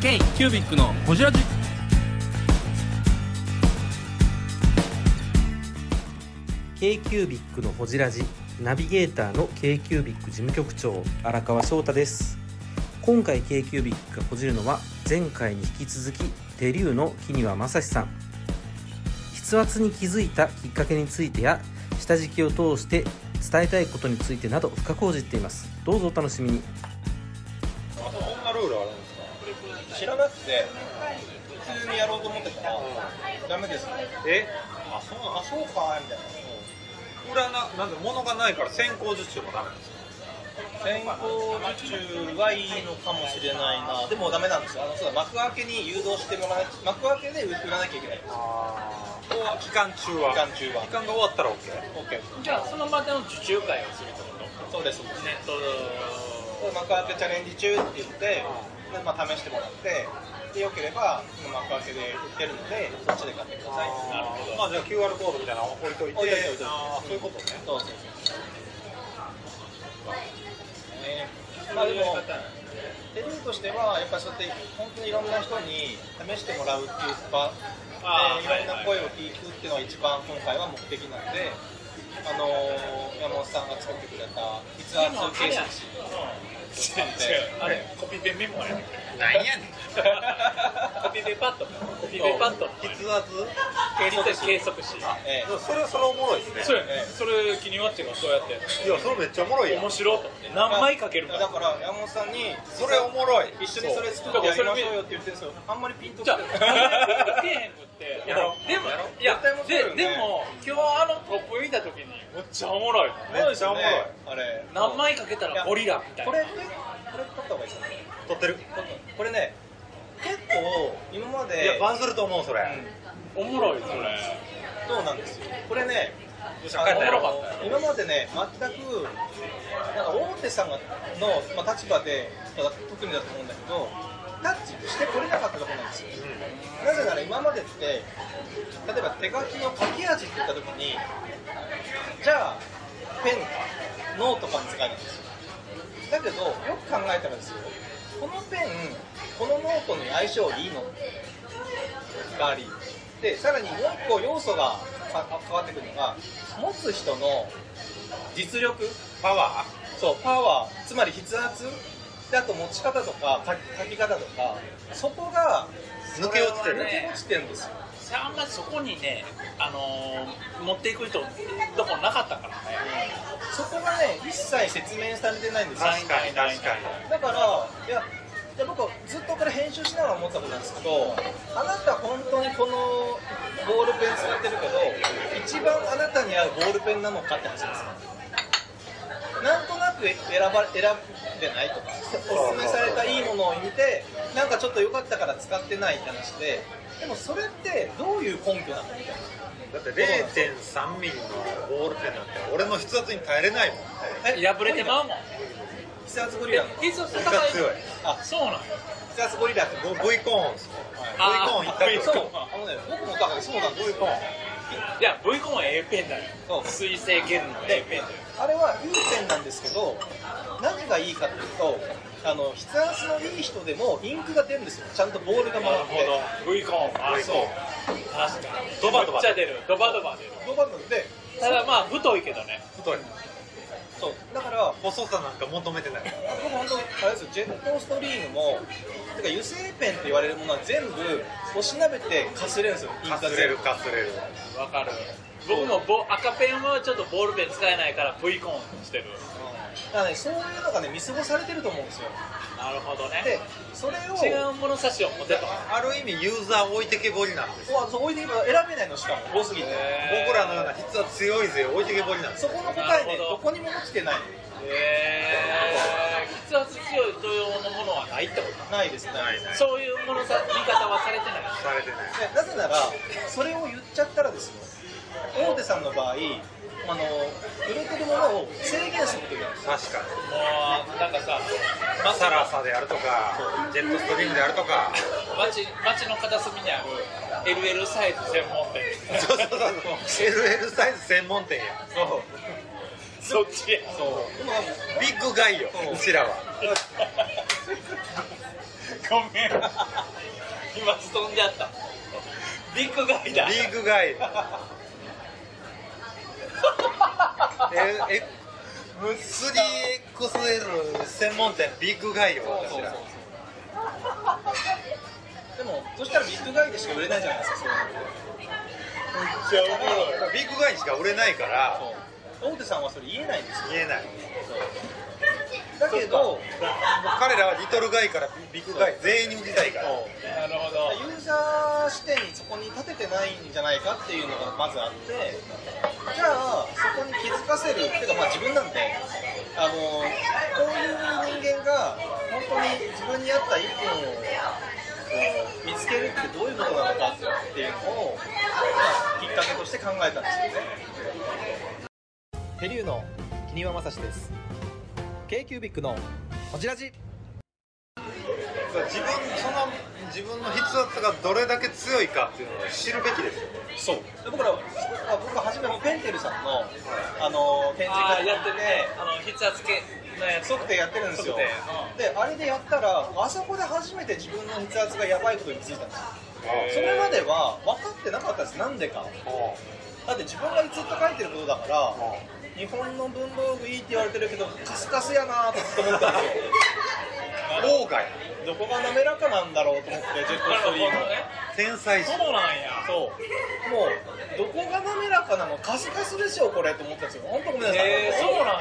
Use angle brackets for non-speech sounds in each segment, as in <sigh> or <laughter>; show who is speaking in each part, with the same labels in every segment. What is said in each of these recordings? Speaker 1: ケイキュービックのホジラジ
Speaker 2: ケイキュービックのほじラジナビゲーターの k イキュービック事務局長荒川翔太です。今回 k イキュービックがほじるのは前回に引き続き手竜の木庭正史さん。筆圧に気づいたきっかけについてや下敷きを通して伝えたいことについてなど深く応じています。どうぞお楽しみに。
Speaker 3: あとそんなルールあるんですか知らなくて普通にやろうと思ってたら、ダメですえあそうあそうかみたいな、裏ななんで物がないから先行受注もダメですか先行受注はいいのかもしれないなでもダメなんですよあのそうだ幕開けに誘導してもらえ幕開けで売らなきゃいけないんです
Speaker 4: 期間中は
Speaker 3: 期間中は
Speaker 4: 期間が終わったら OK
Speaker 3: オッケー
Speaker 5: じゃあその場での受注会をするってこ
Speaker 3: そ
Speaker 5: と
Speaker 3: うですそうです
Speaker 5: ネット
Speaker 3: 幕開けチャレンジ中って言って、でまあ、試してもらって、でよければ、幕開けで売ってるので、そっちで買ってくださいなるほど。
Speaker 4: まあじゃあ QR コードみたいなの置いとい
Speaker 3: 置いと
Speaker 4: て
Speaker 3: いて置いといて
Speaker 4: あーそういうことね
Speaker 3: そうそうそう。ね、まあでも、手ルとしては、やっぱりそうやって、本当にいろんな人に試してもらうっていう場、
Speaker 5: あー
Speaker 3: でいろんな声を聞くっていうのが一番今回は目的なので、あのー山本さんが作ってくれた筆圧計測器。
Speaker 5: 違うあれコピペメモやなんや
Speaker 3: <laughs>
Speaker 5: ねんコピペパッドかコピペパッドって
Speaker 3: 筆圧計測
Speaker 5: 計
Speaker 3: 器。
Speaker 5: 測し
Speaker 3: ええ
Speaker 4: でもそれはそれおもろいですね
Speaker 5: そうやねそれ気にワッチがそうやってやって
Speaker 4: いやそれめっちゃおもろいやん
Speaker 5: 面白いと思って何枚かけるか
Speaker 3: だから山本さんに
Speaker 4: それおもろい
Speaker 3: 一緒にそれ作ってやりましょうよって言ってるんですよあんまりピンとき
Speaker 5: じ
Speaker 3: て
Speaker 5: ゃあ
Speaker 3: ない
Speaker 5: けへんく <laughs> って
Speaker 3: やろう
Speaker 5: でも
Speaker 3: やろう
Speaker 5: いや
Speaker 3: 絶対面白いよ
Speaker 5: で
Speaker 3: ね
Speaker 5: でも今日あのトップ見た時にむっちゃおもろい
Speaker 4: めっちゃおもろい
Speaker 3: あれ
Speaker 5: 何枚かけたらゴリラみたい
Speaker 3: こ
Speaker 5: な
Speaker 3: れねこれ撮った方がいいですかね
Speaker 4: 撮ってる
Speaker 3: これね結構今ま
Speaker 4: いや
Speaker 3: で
Speaker 4: バズると思うそれ
Speaker 5: おもろいそれ
Speaker 3: そうなんですよこれね
Speaker 4: 帰ったやろ
Speaker 3: あの今までね全くなんか大手さんがの、まあ、立場で特にだと思うんだけどタッチしてこれなかったところなんですよなぜなら今までって例えば手書きの書き味って言った時にじゃあペンかノートかに使えるんですよだけどよく考えたらですよこのペンこのノートに相性いいのがありでさらにもう一個要素がかか変わってくるのが持つ人の実力
Speaker 4: パワ
Speaker 3: そうパワーつまり筆圧であと持ち方とか書き書き方とかそこが
Speaker 4: ー抜け落ちてる
Speaker 3: 抜け落ちてるんですよ
Speaker 5: あんまりそこにね、あのー持っていく人どこなかったからね
Speaker 3: そこがね一切説明されてないんですよ
Speaker 4: 確かに確かに
Speaker 3: だからいやいや僕はずっとこれ編集しながら思ったことなんですけどあなた本当にこのボールペン使ってるけど一番あなたに合うボールペンなのかって話なんですよなんとなく選ばれ選んでないとかおすすめされたいいものを見てなんかちょっと良かったから使ってないって話ででもそれってどういう根拠なのみたいな
Speaker 4: だって0.3ミリのボールペンなんて俺の筆圧に耐えれないもん
Speaker 5: 破れてまうもん
Speaker 3: 必殺ゴリ
Speaker 5: で
Speaker 3: ラの
Speaker 5: 必殺
Speaker 4: 筆圧強い
Speaker 3: あ
Speaker 5: そうなんや
Speaker 3: 必殺ゴリラって
Speaker 4: ボ V コーンっす
Speaker 5: あ
Speaker 4: V コーン一
Speaker 5: ー
Speaker 4: 択
Speaker 3: そうあのね僕もだからそうなんですよ
Speaker 5: いや V コンは A ペンだよ
Speaker 3: そう
Speaker 5: 水性原理の A ペンだよ
Speaker 3: あれはいい点なんですけど何がいいかというとあの筆圧のいい人でもインクが出るんですよちゃんとボールが回って
Speaker 5: V コンあ
Speaker 4: V
Speaker 5: そ
Speaker 4: コ
Speaker 5: う
Speaker 4: ー
Speaker 5: 確かに
Speaker 4: ドバドバ
Speaker 5: めっちゃ出るドバドバ出る
Speaker 3: ドバドバで
Speaker 5: ただまあ太いけどね
Speaker 4: ン太い
Speaker 3: そうだから
Speaker 4: 細さなんか求めてない
Speaker 3: 僕本当あれですよジェットストリームもてか油性ペンって言われるものは全部おしなべてかすれるんですよイン
Speaker 4: か
Speaker 3: クが
Speaker 4: す
Speaker 3: 出
Speaker 4: れる
Speaker 3: る
Speaker 4: かすれる
Speaker 5: わかる僕もボ赤ペンはちょっとボールペン使えないから V コンしてる
Speaker 3: だからねそういうのがね見過ごされてると思うんですよ
Speaker 5: なるほど
Speaker 3: で
Speaker 5: ね
Speaker 3: それを
Speaker 5: 違う物差しを持てと
Speaker 4: ある意味ユーザー置いてけぼりなんです
Speaker 3: そう置いていけば選べないのしかも多すぎて
Speaker 4: 僕らのような筆圧強いぜ置いてけぼりなんです
Speaker 3: そこの答えね
Speaker 5: なるほど
Speaker 3: どこにも落ちてない
Speaker 5: えー、筆圧強い同様のものはないってこと
Speaker 3: ないですね
Speaker 4: ないない
Speaker 5: そういうものさ見方はされてない
Speaker 4: されてない
Speaker 3: ねなぜならそれを言っちゃったらですよ大手さんの場合あの売れてるものを制限することになるんですよ
Speaker 4: 確か
Speaker 5: もうなんかさ
Speaker 4: にサラサであるとかジェットストリームであると
Speaker 3: <laughs>
Speaker 4: か
Speaker 5: 街街の片隅にある LL サイズ専門店
Speaker 4: そうそうそうそう LL サイズ専門店や
Speaker 3: そう
Speaker 5: そっちや
Speaker 3: そうでも
Speaker 4: ビッグガイよ
Speaker 3: そう
Speaker 4: うちらは
Speaker 5: ごめん今飛んじゃったビッグガイだ
Speaker 4: リーグ
Speaker 3: <laughs>
Speaker 4: 外ええ 3XL 専門店ビッグガイよ
Speaker 3: そうそうそう
Speaker 4: 私ら
Speaker 3: そうでもそしたらビッグガイでしか売れないじゃないですかそういうのって
Speaker 4: めっちゃおもろいビッグガイしか売れないから
Speaker 3: そう大手さんはそれ言えないんですよ
Speaker 4: 言えない
Speaker 3: だけど
Speaker 4: 彼らはリトルガイからビッグガイ全員に売りたいから
Speaker 5: なるほど
Speaker 3: ユーザー視点にそこに立ててないんじゃないかっていうのがまずあってじゃあそこに気づかせるっていうかまあ自分なんであのこういう人間が本当に自分に合った一分をこう見つけるってどういうことなのかっていうのを、まあ、きっかけとして考えたんですよね。
Speaker 2: ペリューの木庭正史です k q ビックのホジラジ
Speaker 4: 自分その自分の筆圧がどれだけ強いかっていうのを知るべきですよ
Speaker 3: そうで僕らは僕が初めもペンテルさんのあの展示
Speaker 5: あー
Speaker 3: 会
Speaker 5: やってるねあの筆圧計のやつ
Speaker 3: 測定やってるんですよ
Speaker 5: 測定
Speaker 3: であれでやったらあそこで初めて自分の筆圧がやばいことに気づいたんですよそれまでは分かってなかったんですなんでかだって自分がずっと書いてることだから日本の文房具いいって言われてるけどカスカスやなーってずっと思ってたんです
Speaker 5: <laughs>
Speaker 3: よ
Speaker 4: 王外
Speaker 3: どこが滑らかなんだろうと思ってジェット
Speaker 5: なる
Speaker 3: ス
Speaker 5: ほ
Speaker 3: ト
Speaker 5: ど
Speaker 3: リ
Speaker 5: ね
Speaker 3: ーム
Speaker 4: 天才
Speaker 5: そう
Speaker 4: 人
Speaker 5: なんや
Speaker 3: そうもうどこが滑らかなのカスカスでしょこれと思ったんですよ本当ごめんなさい、
Speaker 5: へえそうなんや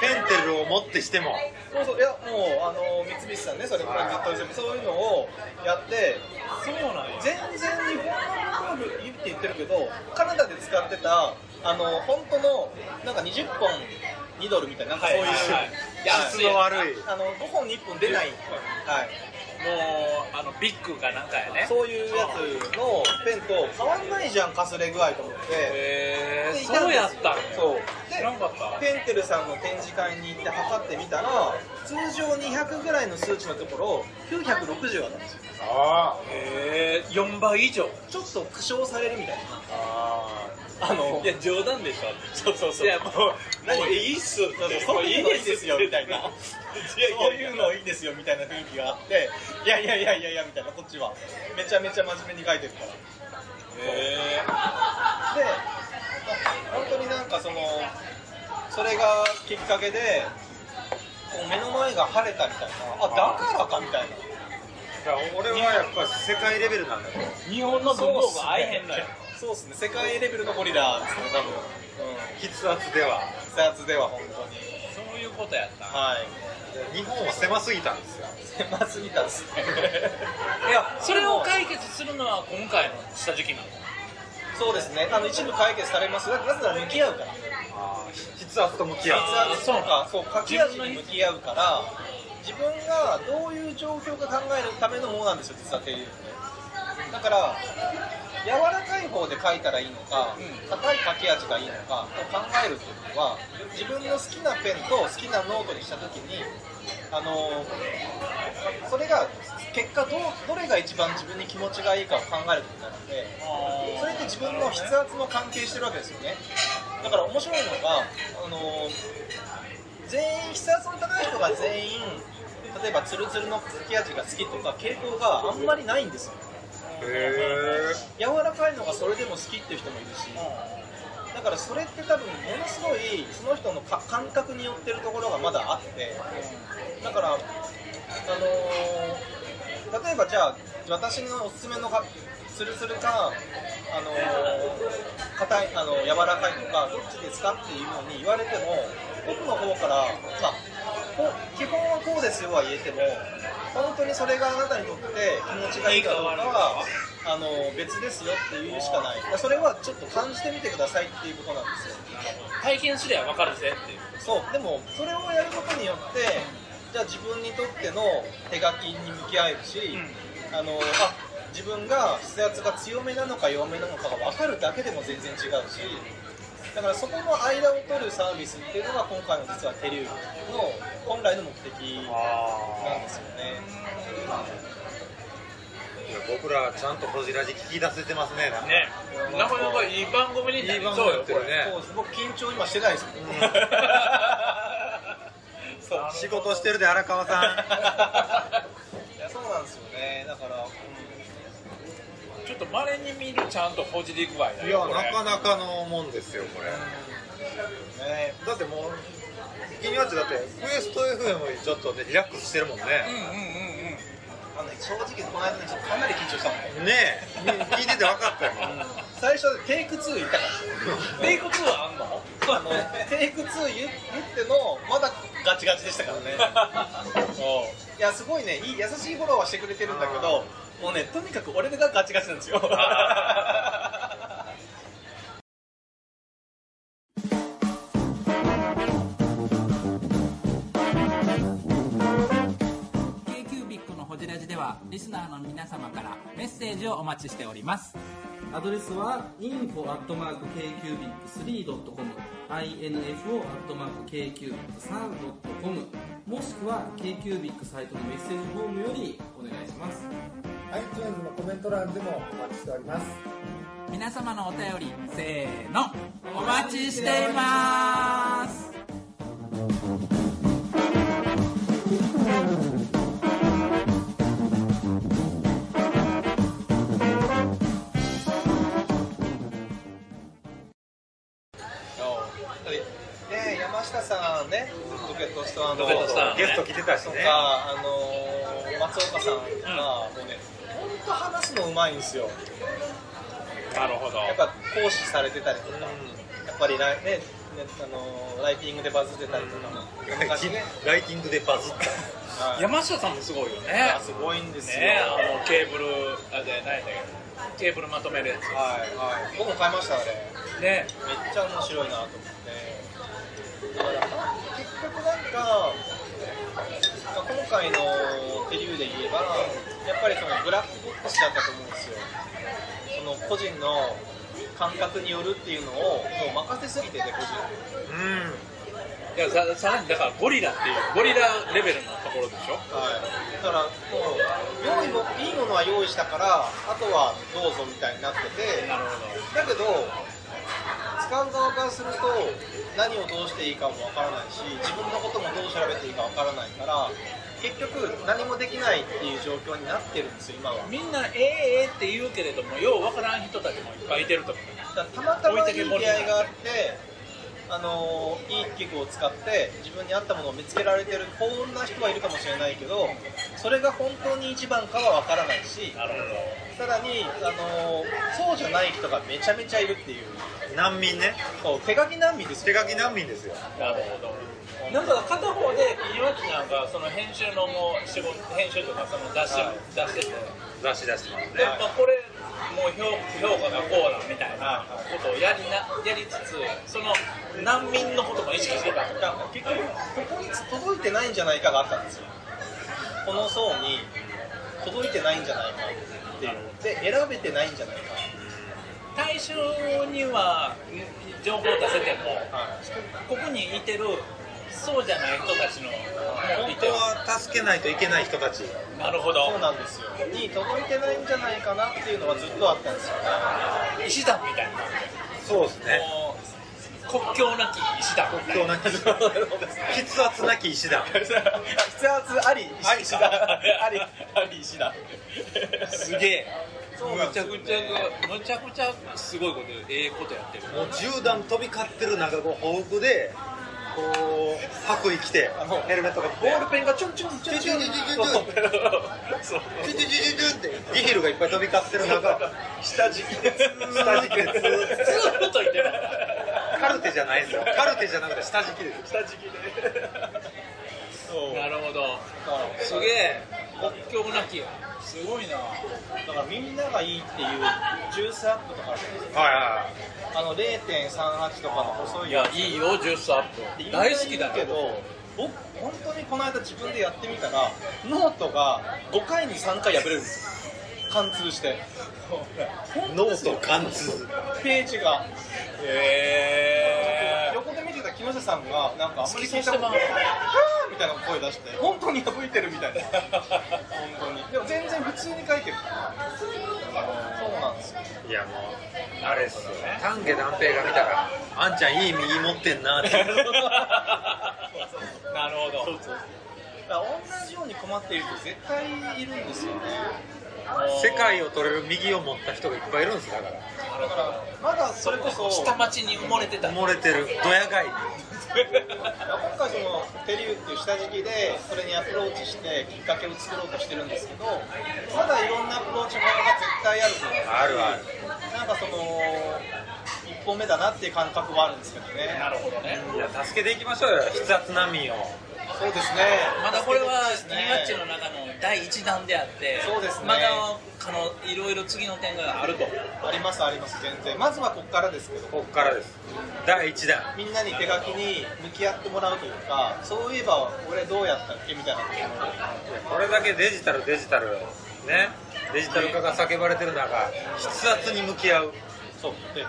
Speaker 4: ペンテルを持ってしても
Speaker 3: そうそういやもうあの三菱さんねそれこれずっとそういうのをやって
Speaker 5: そうなんや
Speaker 3: 全然日本のルールいいって言ってるけどカナダで使ってたあの本当のなんか20本2ドルみたいななんかそういう、
Speaker 5: はいはいはい
Speaker 4: 質の悪い
Speaker 3: あの5本に1本出ない、はい
Speaker 5: もうあのビッグかなんかやね
Speaker 3: そういうやつのペンと変わんないじゃんかすれ具合と思って
Speaker 5: へ
Speaker 3: で
Speaker 5: え
Speaker 3: いたん
Speaker 5: そう
Speaker 3: ですよ
Speaker 5: やったんや
Speaker 3: そう
Speaker 5: 知らんかった
Speaker 3: ペンテルさんの展示会に行って測ってみたら通常200ぐらいの数値のところ960あったんですよ
Speaker 4: あ
Speaker 5: へえ4倍以上
Speaker 3: ちょっと苦笑されるみたいな
Speaker 4: あ
Speaker 3: あの
Speaker 5: いや冗談でしょそうそう
Speaker 3: そう
Speaker 5: いやもう
Speaker 3: 何
Speaker 5: もういいっすも
Speaker 3: そう
Speaker 5: う
Speaker 3: い
Speaker 5: いうい
Speaker 3: のいい
Speaker 5: で
Speaker 3: です
Speaker 5: す
Speaker 3: よ
Speaker 5: よ
Speaker 3: み
Speaker 5: み
Speaker 3: た
Speaker 5: た
Speaker 3: い
Speaker 5: い
Speaker 3: な
Speaker 5: な
Speaker 3: そういうのいいんですよみたいな雰囲気があっていやいやいやいやいやみたいなこっちはめちゃめちゃ真面目に書いてるから
Speaker 5: へ
Speaker 3: で本当になんかそのそれがきっかけでこう目の前が晴れたみたいなあだからかみたいな
Speaker 4: 俺はやっぱ世界レベルなんだよ
Speaker 5: え日本の文
Speaker 3: そうっ
Speaker 5: 房
Speaker 3: すね
Speaker 5: 具合えへんのよ
Speaker 3: そうですね世界レベルのゴリラですね多分うん
Speaker 4: 筆圧では
Speaker 3: 筆圧では本当に
Speaker 5: そういうことやった
Speaker 3: はい <laughs>
Speaker 4: 日本は狭すぎたんですよ
Speaker 3: 狭すぎたですね
Speaker 5: いやそれを解決するのは今回の下敷きなの
Speaker 3: そうですねあの一部解決されますだってなぜなら向き合うから
Speaker 4: 筆圧と向き合う
Speaker 3: 筆圧とかそう書き味に向き合うから自分がどういう状況か考えるためのものなんですよ実は手入れってだから柔らかい方で書いたらいいのか硬い書き味がいいのかと考えるっていうことは自分の好きなペンと好きなノートにした時にあのそれが結果どうどれが一番自分に気持ちがいいかを考えることになるので。それって自分の筆圧も関係してるわけですよねだから面白いのが、あの全員筆圧の高い人が全員例えばツルツルの書き味が好きとか傾向があんまりないんですよ
Speaker 4: へ
Speaker 3: 柔らかいのがそれでも好きっていう人もいるしだからそれって多分ものすごいその人のか感覚によってるところがまだあってだからあのー例えばじゃあ私のおすすめのがツルツルかあのー硬いあの柔らかいのかどっちですかっていうのに言われても僕の方からまあこう基本はこうですよは言えても本当にそれがあなたにとって気持ちがいいかどうかはあのー別ですよって言うしかないだからそれはちょっと感じてみてくださいっていうことなんですよ
Speaker 5: 体験すりゃ分かるぜっていう
Speaker 3: そうでもそれをやることによってじゃあ自分にとっての手書きに向き合えるし、あのあ自分が筆圧が強めなのか弱めなのかが分かるだけでも全然違うしだからそこの間を取るサービスっていうのが今回の実は手流の本来の目的なんですよね
Speaker 4: いや僕らちゃんとホジラジ聞き出せてますねなんか
Speaker 5: ねなかなかいい番組になりそうよこ <laughs> れ
Speaker 4: ね
Speaker 3: そうすごく緊張今してないです <laughs> もんね、
Speaker 5: そう
Speaker 3: <laughs>
Speaker 4: 仕事してるで荒川さん
Speaker 3: いやそうなんです
Speaker 5: ょっとまれに見るちゃんとほじり具合だ
Speaker 4: いや
Speaker 5: よこれ
Speaker 4: なかなかのもんですよこれねだってもう気になってだってウエスト FM にちょっとねリラックスしてるもんね
Speaker 5: うんうんうんうん
Speaker 3: あのね正直この間ねちょっとかなり緊張したもんね
Speaker 4: ねえみ聞いてて分かったよ
Speaker 3: 最初テイク2言ったから
Speaker 5: テイク2あんの
Speaker 3: あのテイク2言ってのまだガチガチでしたから
Speaker 5: <laughs>
Speaker 3: ね
Speaker 5: そう
Speaker 3: いやすごいねいい優しいフォローはしてくれてるんだけどもうねとにかく俺がガチガチなんですよ
Speaker 1: k q b i c のホジラジではリスナーの皆様からメッセージをお待ちしております
Speaker 2: アドレスは info.kcubic3.com info.kcubic3.com もしくは KQBIC サイトのメッセージフォームよりお願いします
Speaker 6: iTunes のコメント欄でもお待ちしております
Speaker 1: 皆様のお便りせーのお待ちしています
Speaker 3: ね山下さんねロケットスターの
Speaker 5: ロケットスター
Speaker 4: ゲスト来てたし
Speaker 3: とか、
Speaker 4: ね
Speaker 3: あのー松岡さんとか、もうね本当話すのうまいんですよ
Speaker 5: なるほど
Speaker 3: やっぱ講師されてたりとか、やっぱりライ,、ねねあのーライティングでバズってたりとかも、昔ね、
Speaker 4: ライティングでバズった
Speaker 3: はい
Speaker 5: 山下さんもすごいよね
Speaker 3: いやすごいんですよ、
Speaker 5: ねあのケーブルあれ何やったっけケーブルまとめるや
Speaker 3: はいはい僕も買いましたあれ
Speaker 5: つね
Speaker 3: めっちゃ面白いなと思ってだから結局なんかまあ今回の手流で言えばやっぱりそのブラックボックスだったと思うんですよその個人の感覚によるっていうのをもう任せすぎてて個人
Speaker 4: う
Speaker 5: いやささらにだからゴリラっていうゴリラレベルのところでしょ
Speaker 3: はいだからもう用意もいいものは用意したからあとはどうぞみたいになってて
Speaker 5: なる
Speaker 3: だけど使う側からすると何をどうしていいかもわからないし自分のこともどう調べていいかわからないから結局何もできないっていう状況になってるんですよ今は
Speaker 5: ほどみんなええええって言うけれどもようわからん人たちもいっぱいいてると思う
Speaker 3: だからたまたまいい出会いがあってあのーいい器具を使って自分に合ったものを見つけられてる幸運な人はいるかもしれないけどそれが本当に一番かはわからないし
Speaker 5: なるほ
Speaker 3: さらに、あのーそうじゃない人がめちゃめちゃいるっていうん
Speaker 4: 難民ね
Speaker 3: そう手書き難民です
Speaker 4: 手
Speaker 3: よ
Speaker 4: 書き難民ですよ
Speaker 5: どなるほどなんか片方で岩木なんかその編集のもう仕事編集とかその出し,、
Speaker 3: はい
Speaker 5: 出してて
Speaker 4: 出し出してますね
Speaker 5: で、まあ、これもう評評価がこうだみたいなことをやりなやりつつその難民のことも意識してた
Speaker 3: いや結局ここに届いてないんじゃないかがあったんですよこの層に届いてないんじゃないかっていうで選べてないんじゃないか
Speaker 5: 対象にはん情報を出せても
Speaker 3: は
Speaker 5: ここにいてるそうじゃない人たちのもうい
Speaker 4: 本当
Speaker 5: てる
Speaker 4: は助けないといけない人たち
Speaker 5: なるほど
Speaker 3: そうなんですよに届いてないんじゃないかなっていうのはずっとあったんですよね
Speaker 5: 石段みたいな
Speaker 4: そうですね
Speaker 5: もう国境なき石段みたい
Speaker 4: 国境なき筆圧なき石だ
Speaker 3: 筆圧あり
Speaker 5: な
Speaker 3: 石だあり
Speaker 5: あり石段すげえ
Speaker 3: そうなんで
Speaker 5: むちゃ
Speaker 3: すよ
Speaker 5: くちゃむちゃくちゃすごいことええことやってる
Speaker 4: もう10段飛び交ってる中こう豊富でこう白衣着てヘルメットかぶって
Speaker 3: ボールペンがちょんちょんち
Speaker 4: チ
Speaker 3: ょん
Speaker 4: ュチ
Speaker 3: ちょ
Speaker 4: ュ
Speaker 3: ん
Speaker 4: チュチュチュチュ
Speaker 5: そう
Speaker 4: チュチュチュチュチュってリヒルがいっぱい飛び交ってる中下敷きでツー下敷きでツー
Speaker 5: ずーっと言ってる
Speaker 4: カルテじゃないですよカルテじゃなくて下敷きです
Speaker 5: 下敷きで
Speaker 3: そう
Speaker 5: なるほど
Speaker 3: だ
Speaker 5: すげえ国境なきすごいな
Speaker 3: からみんながいいっていうジュースアップとかあるじゃないです
Speaker 4: はいは
Speaker 3: かあの0.38とかの細い
Speaker 5: い
Speaker 3: や
Speaker 5: や
Speaker 3: つ
Speaker 5: いいよジュースアップ大好きだ
Speaker 3: け
Speaker 5: け
Speaker 3: ど
Speaker 5: ど
Speaker 3: 僕本当にこの間自分でやってみたらノートが5回に3回破れるんですよ貫通して
Speaker 4: いノート貫通
Speaker 3: ページが
Speaker 5: へえ
Speaker 3: 横で見てた木下さんがなんかあんまり
Speaker 5: 突き刺して
Speaker 3: こと
Speaker 5: まう
Speaker 3: ないはぁ <laughs> みたいな声出して本当に破いてるみたいな本当にでも全然普通に書いてるそうなんですよ
Speaker 4: いやもうあれっすよね丹下段平が見たらあんちゃんいい右持ってんなって
Speaker 5: なるほど
Speaker 3: だから同じように困っている人絶対いるんですよね
Speaker 4: 世界を取れる右を持った人がいっぱいいるんですだから
Speaker 3: だからまだそれこそ
Speaker 5: 下町に埋もれてた
Speaker 4: 漏れてるドヤ街に
Speaker 3: 今回そのペリューっていう下敷きでそれにアプローチしてきっかけを作ろうとしてるんですけどまだいろんなアプローチ法が絶対あると思う
Speaker 4: あるある
Speaker 3: なんかその一本目だなっていう感覚はあるんですけどね
Speaker 5: なるほどね
Speaker 4: いや助けていきましょうよ筆圧難民を
Speaker 3: そうですね
Speaker 5: まだこれは
Speaker 3: 助け
Speaker 5: ギ
Speaker 3: て
Speaker 5: ニ
Speaker 3: ほ
Speaker 5: ワッ
Speaker 3: しい
Speaker 5: チ
Speaker 3: ですね
Speaker 5: の中の第1弾であって
Speaker 3: そうですね
Speaker 5: まだ可能いろいろ次の点があると
Speaker 3: ありますあります全然まずはここからですけど
Speaker 4: ここからです第1弾
Speaker 3: みんなに手書きに向き合ってもらうというかそういえば俺どうやったっけみたいな
Speaker 4: これだけデジタルデジタルねデジタル化が叫ばれてる中筆圧に向き合う
Speaker 3: そうで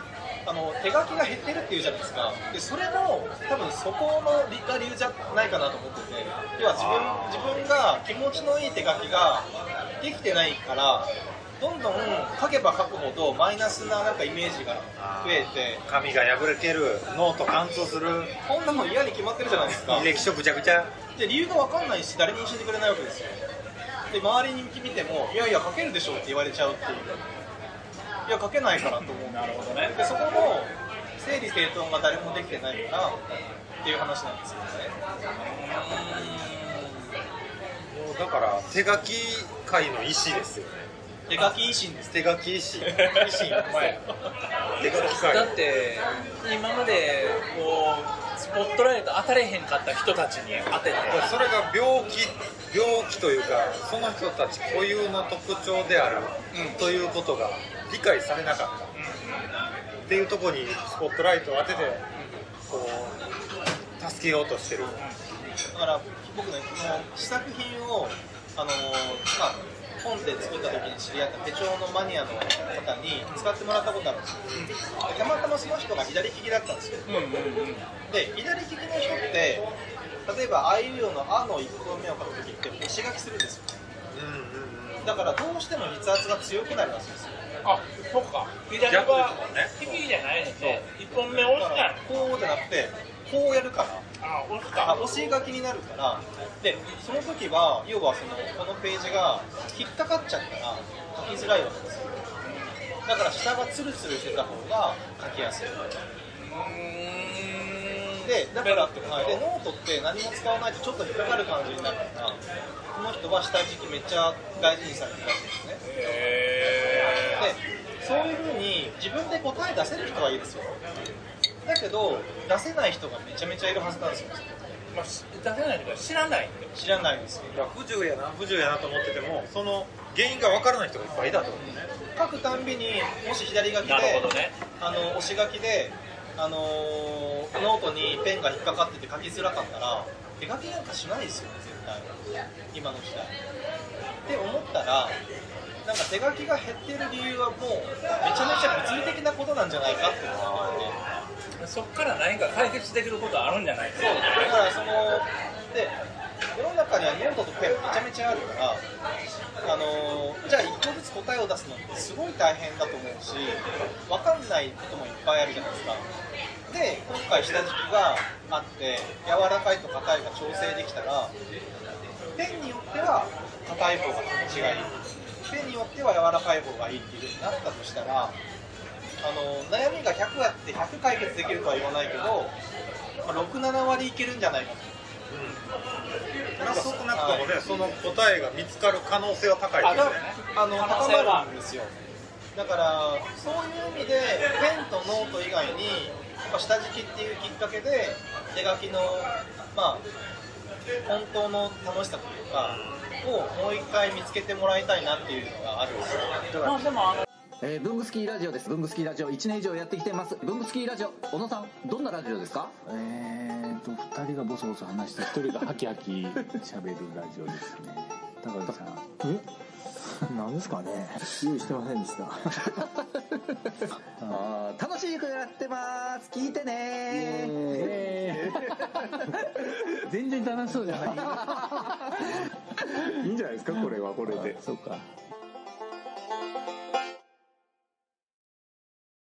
Speaker 3: あの手書きが減ってるっていうじゃないですかでそれも多分そこの理が理由じゃないかなと思ってて要は自分
Speaker 4: あ
Speaker 3: 自分が気持ちのいい手書きができてないからどんどん書けば書くほどマイナスななんかイメージが増えて
Speaker 4: 紙が破れてるノート貫通する
Speaker 3: こんなの嫌に決まってるじゃないですか
Speaker 4: 履歴書ぐちゃぐちゃ
Speaker 3: で理由が分かんないし誰にも教えてくれないわけですよで周りに見てもいやいや書けるでしょって言われちゃうっていういや書けないからと思うなるほどねでそこも整理整頓が誰もできてないからっていう話なんですよね
Speaker 4: もうだから手書き界の意思ですよね
Speaker 3: 手書き維新 <laughs> です
Speaker 4: 手書き意思意思手書き
Speaker 5: だ
Speaker 4: 界
Speaker 5: って今までこうスポットライト当たれへんかった人たちに当てて
Speaker 4: それが病気病気というかその人たち固有の特徴であるということが理解されなかった、っていうところにスポットライトを当ててこう助けようとしてる
Speaker 3: だから僕ねこの試作品をあのーまあ本で作った時に知り合った手帳のマニアの方に使ってもらったことあるんですよでたまたまその人が左利きだったんですよ、で左利きの人って例えばあいうえおの「あ」の1本目を書く時って押し書きするんですよ
Speaker 4: うんうんうん
Speaker 3: だからどうしても筆圧が強くなるらしいんですよ
Speaker 5: あそっか左
Speaker 4: 逆
Speaker 5: は
Speaker 4: ですもんね
Speaker 5: 引きじゃないので1本目押
Speaker 3: だ
Speaker 5: し
Speaker 3: か
Speaker 5: ない
Speaker 3: らこうじゃなくてこうやるから
Speaker 5: あ押し
Speaker 3: あ
Speaker 5: た
Speaker 3: 押し書きになるからでその時は要はそのこのページが引っかかっちゃったら書きづらいわけですよだから下がツルツルしてた方が書きやすいでだからはいでノートって何も使わないとちょっと引っかかる感じになるからこの人は下敷きめっちゃ大事にされてるらしいですねでそういうふうに自分で答え出せる人はいいですよだけど出せない人がめちゃめちゃいるはずなんですよ
Speaker 5: まあ、し出せないとか知らないって
Speaker 3: 知らないですよ
Speaker 4: だから不自由やな不自由やなと思っててもその原因が分からない人がいっぱいいたってこと
Speaker 3: 書くたんびにもし左書きで
Speaker 5: なるほどね
Speaker 3: あの押し書きで、あのーノートにペンが引っかかってて書きづらかったら手書きなんかしないですよね絶対今の時代って思ったらなんか手書きが減ってる理由はもうめちゃめちゃ物理的なことなんじゃないかって思ってて
Speaker 5: そっから何か解決できることあるんじゃないそう
Speaker 3: だからそので世の中にはノートとペンめちゃめちゃあるから、あのーじゃあ一個ずつ答えを出すのってすごい大変だと思うし分かんないこともいっぱいあるじゃないですかで今回下敷きがあって柔らかいと硬いが調整できたらペンによっては硬い方が気持ちがいいペンによっては柔らかい方がいいっていう風になったとしたらあの悩みが100あって100解決できるとは言わないけどまあ、67割いけるんじゃないかと
Speaker 4: なんか少なくともね、その答えが見つかる可能性は高い
Speaker 3: あ
Speaker 4: で
Speaker 3: が
Speaker 4: すね
Speaker 3: あの
Speaker 5: 可能性は
Speaker 3: 高まるんですよだからそういう意味でペンとノート以外にやっぱ下敷きっていうきっかけで手書きのまあ本当の楽しさというかをもう一回見つけてもらいたいなっていうのがあるんですよ
Speaker 5: まあでもあの
Speaker 7: えー、ブングスキーラジオです。ブングスキーラジオ1年以上やってきてます。ブングスキーラジオ、小野さん、どんなラジオですか
Speaker 8: えーと2人がボソボソ話して1人がハキハキ喋るラジオですね高木さんえ何ですかね用意してませんで <laughs> した
Speaker 7: あー楽しい曲やってます。聞いてねー。
Speaker 8: え
Speaker 7: <laughs>
Speaker 8: ー全然楽しそうじゃないいいんじゃないですかこれはこれでそうか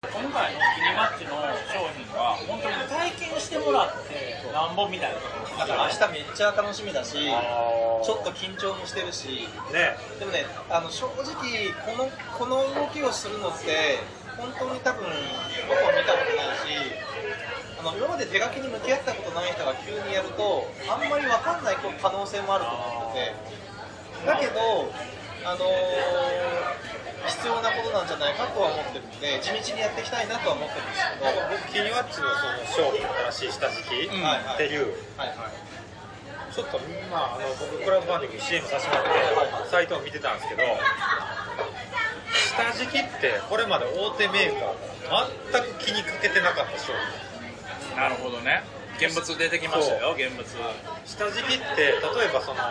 Speaker 5: 今回のキニマッチの商品は本当に体験してもらってなんぼみたいな
Speaker 3: だから明日めっちゃ楽しみだし
Speaker 4: あー
Speaker 3: ちょっと緊張もしてるし
Speaker 4: ね
Speaker 3: でもねあの正直このこの動きをするのって本当に多分僕は見たことないしあの今まで手書きに向き合ったことない人が急にやるとあんまり分かんない可能性もあると思っててだけどあのー必要なことなんじゃないかとは思ってるんで地道にやっていきたいなとは思ってるんですけど、はい
Speaker 4: 僕キニワッチのその勝負の話した時期、
Speaker 3: んはいはい
Speaker 4: っていう
Speaker 3: はい、
Speaker 4: ちょっとまああの僕クラウドファンディング CM させてもらってサイトを見てたんですけど下敷きってこれまで大手メーカーが全く気にかけてなかった商品
Speaker 5: なるほどね現物出てきましたよ現物
Speaker 4: 下敷きって例えばその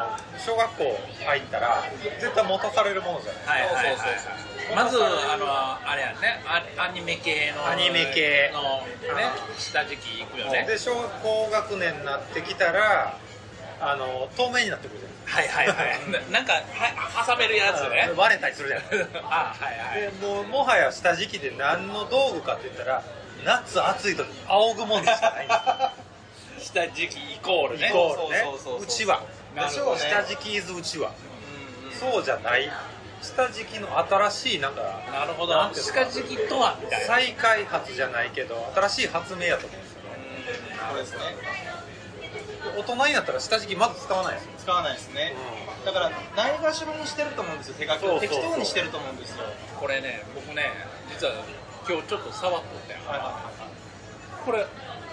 Speaker 4: 小学校入ったら絶対持たされるものじゃない
Speaker 5: はいはいはいまずあのあれやねアアニメ系の
Speaker 4: アニメ系
Speaker 5: のね下敷きいくよね
Speaker 4: で小高学年になってきたらあの透明になってくるじ
Speaker 5: はいはいはい <laughs> ななんかは挟めるや
Speaker 4: ゃ
Speaker 5: つ
Speaker 4: ない
Speaker 5: ね
Speaker 4: 割れたりするじゃない
Speaker 5: <laughs> あはいはい
Speaker 4: でもうもはや下敷きで何の道具かって言ったら夏暑い時仰ぐもんでしかないんで
Speaker 5: 下敷きイコール
Speaker 4: すよ
Speaker 5: ね
Speaker 4: イコールね
Speaker 3: そうそうそうそう
Speaker 4: うちわ
Speaker 3: なるほどね
Speaker 4: 下敷きイズうちわ
Speaker 3: うんうん
Speaker 4: そうじゃない下敷きの新しいなんか
Speaker 5: なるほど
Speaker 4: なんていうのか
Speaker 5: 下
Speaker 4: な
Speaker 5: 敷きとはみたいな
Speaker 4: 再開発じゃないけど新しい発明やと思うんですよね
Speaker 3: これですね
Speaker 4: 大人になったら下敷きまず使わないですよ、
Speaker 3: 使わないですね、だからないがしろにしてると思うんですよ手書き
Speaker 4: そうそうそう
Speaker 3: 適当にしてると思うんですよ
Speaker 5: これね僕ね実は今日ちょっと触っとったよ
Speaker 3: はいはいは
Speaker 5: これ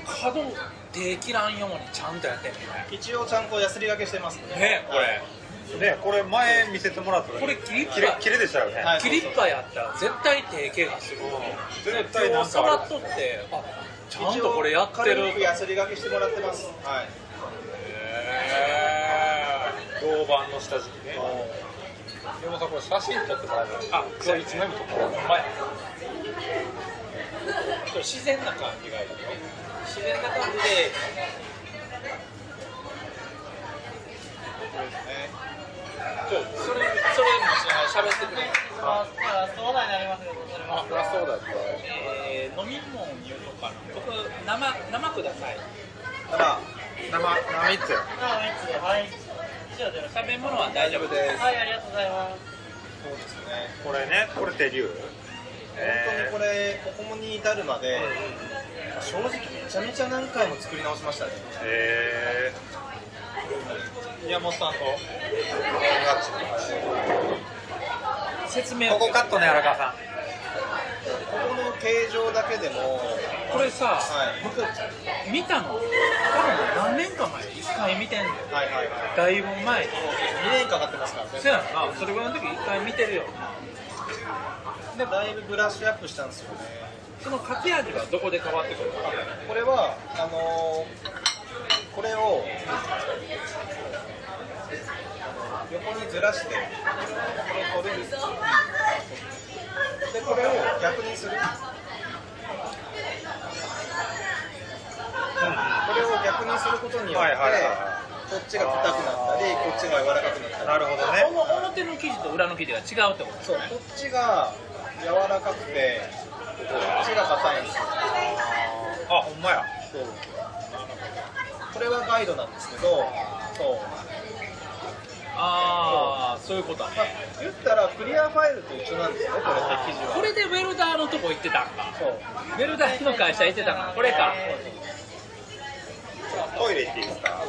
Speaker 5: 角手切らんようにちゃんとやってんねん
Speaker 3: い一応ちゃんとヤスリがけしてますね
Speaker 5: ねねこれ
Speaker 4: ねこれ前見せてもらった時
Speaker 5: これ切り
Speaker 4: 切れ切れでしたよね、
Speaker 3: はい
Speaker 5: キリッパやったら絶対手怪我する
Speaker 4: 絶対
Speaker 5: 今
Speaker 4: な
Speaker 5: 日
Speaker 4: んか
Speaker 5: 触
Speaker 4: あ
Speaker 5: っ
Speaker 4: る
Speaker 5: とってあちゃんとこれやって
Speaker 3: 一応軽く
Speaker 5: る
Speaker 3: ヤスリがけしてもらってますはい
Speaker 4: 銅板の下敷きね山本さんこれ写真撮ってもらえないあこれ一枚も撮ってもらえない
Speaker 5: 自然な感じがいいよ自然な感じでちょそれそれもしながら喋ってくれ
Speaker 4: あそりゃそうだよ
Speaker 5: えー飲み物言うとかな僕生生ください
Speaker 3: ただ
Speaker 4: 生生いつよ
Speaker 5: 食べ物は大丈夫です
Speaker 3: そうですね
Speaker 4: これねこれ手竜
Speaker 3: 本当にこれここに至るまで正直めちゃめちゃ何回も作り直しましたね
Speaker 4: えー、宮本さんと
Speaker 5: 説明を
Speaker 4: ここカットね荒川さん
Speaker 3: ここの形状だけでも
Speaker 5: これ
Speaker 3: は
Speaker 5: さ、
Speaker 3: い
Speaker 5: 僕見たの多分何年か前一回見てんだよ
Speaker 3: はいはいはい
Speaker 5: だいぶ前
Speaker 3: 2年かかってますからね
Speaker 5: そやろなそれぐらいの時一回見てるよ
Speaker 3: でだいぶブラッシュアップしたんですよね
Speaker 5: そのかけ味はどこで変わってくるの
Speaker 3: これはあのーこれを横にずらしてこれを取るでこれを逆にする、これを逆にすることによって、
Speaker 4: はいはいはい
Speaker 3: こっちが硬くなったりこっちが柔らかくなったり
Speaker 4: なるほど
Speaker 5: この
Speaker 4: ね
Speaker 5: 表の生地と裏の生地が違うってこと
Speaker 3: そうこっちが柔らかくてこっちが硬いんですよ
Speaker 4: あほんまや
Speaker 3: そうこれはガイドなんですけどそう
Speaker 5: ああそういうこと
Speaker 3: まあ、言ったらクリアファイルと一緒なんですよね、これって記事は。
Speaker 5: これでウェルダーのとこ行ってたんか
Speaker 3: そう。
Speaker 5: ウェルダーの会社行ってたんかこれか
Speaker 4: トイレ行っていいですか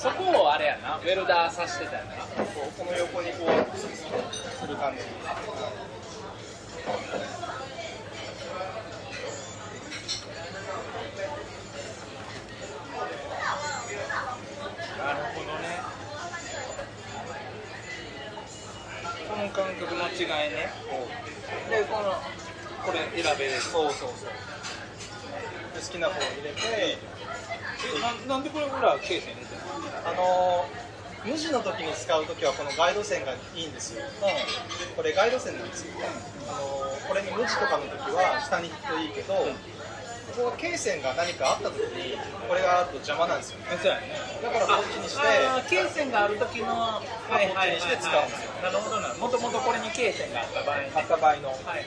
Speaker 5: そこをあれやなウェルダーさしてたんだな
Speaker 3: こうこの横にこうする感じ。
Speaker 5: なるほどねこの感覚の違いねでこのこれ選べる
Speaker 3: そうそうそう。で好きな方を入れて、
Speaker 5: えななんでこれ裏ケースに入れてんの
Speaker 3: あのー無地の時に使う時はこのガイド線がいいんですよ。これガイド線なんですよ。あのーこれに無地とかの時は下に行くといいけど、こは経線が何かあった時にこれがあると邪魔なんですよね
Speaker 5: そうやね
Speaker 3: だからこっちにして
Speaker 5: あー経線がある時のはいはいはい、はい、
Speaker 3: こっちにして使うんですよ
Speaker 5: なるほどなもともとこれに経線があった場合ね
Speaker 3: 買った場合の、
Speaker 5: はいはい